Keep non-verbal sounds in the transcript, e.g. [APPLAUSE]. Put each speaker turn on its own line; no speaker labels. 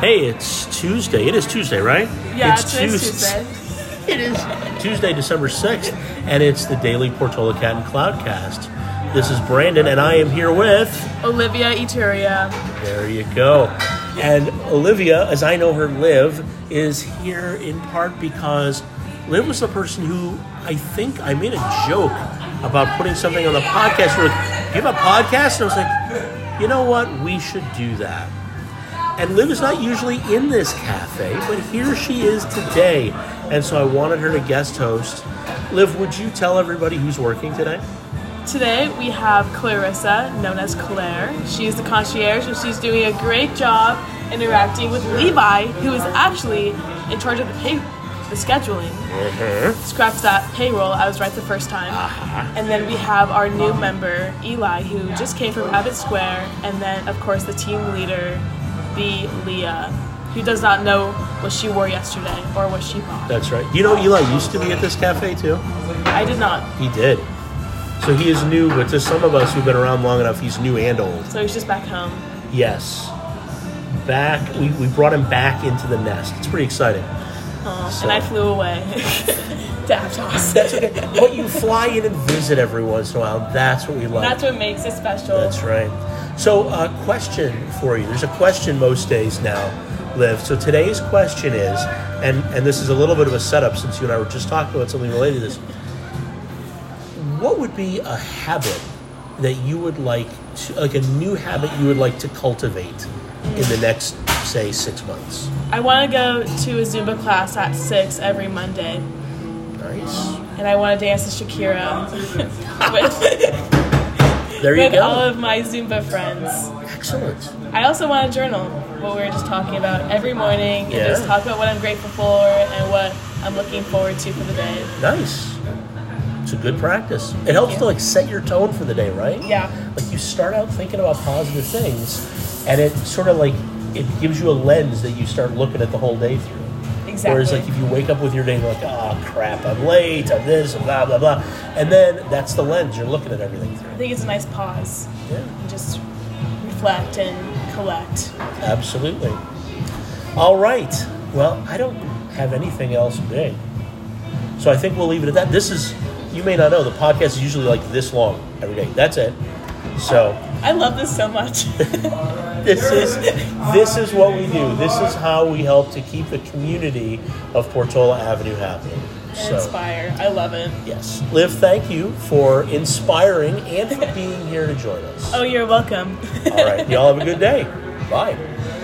Hey, it's Tuesday. It is Tuesday, right?
Yeah, it's Tuesday.
It is Tuesday, December 6th, and it's the Daily Portola Cat and Cloudcast. This is Brandon, and I am here with.
Olivia Eteria.
There you go. And Olivia, as I know her, Liv, is here in part because Liv was the person who I think I made a joke about putting something on the podcast. We were like, give a podcast? And I was like, you know what? We should do that. And Liv is not usually in this cafe, but here she is today. And so I wanted her to guest host. Liv, would you tell everybody who's working today?
Today we have Clarissa, known as Claire. She is the concierge and she's doing a great job interacting with Levi, who is actually in charge of the pay the scheduling. Scrap that payroll, I was right the first time. And then we have our new member, Eli, who just came from Abbott Square, and then of course the team leader, the Leah, who does not know what she wore yesterday or what she bought.
That's right. You know, Eli used to be at this cafe too.
I did not.
He did. So he is new, but to some of us who've been around long enough, he's new and old.
So he's just back home.
Yes. Back, we, we brought him back into the nest. It's pretty exciting.
And I flew away [LAUGHS] to Aptos.
That's okay. But you fly in and visit every once in a while. That's what we like.
That's what makes it special.
That's right. So, a question for you. There's a question most days now, Liv. So, today's question is, and, and this is a little bit of a setup since you and I were just talking about something related to this. What would be a habit that you would like, to, like a new habit you would like to cultivate in the next, say, six months?
I want to go to a Zumba class at 6 every Monday.
Nice.
And I want to dance to Shakira [LAUGHS] with,
There you
with all
go.
of my Zumba friends.
Excellent.
I also want to journal what we were just talking about every morning and
Yeah.
just talk about what I'm grateful for and what I'm looking forward to for the day.
Nice. It's a good practice. It helps to like set your tone for the day, right?
Yeah.
Like you start out thinking about positive things, and it sort of like it gives you a lens that you start looking at the whole day through.
Exactly.
Whereas like if you wake up with your day like, oh crap, I'm late, I'm this, and blah blah blah, and then that's the lens you're looking at everything
I
through.
think it's a nice pause
Yeah.
and just reflect and collect.
Absolutely. All right. Well, I don't have anything else big. So I think we'll leave it at that. This is, you may not know, the podcast is usually like this long every day. That's it. So
I love this
[LAUGHS]
so much. [LAUGHS]
this is this is what we do. This is how we help to keep the community of Portola Avenue happy.
and
So
inspire. I love it.
yes, Liv, thank you for inspiring and for being here to join us.
Oh, you're welcome. [LAUGHS]
All right, y'all have a good day. Bye.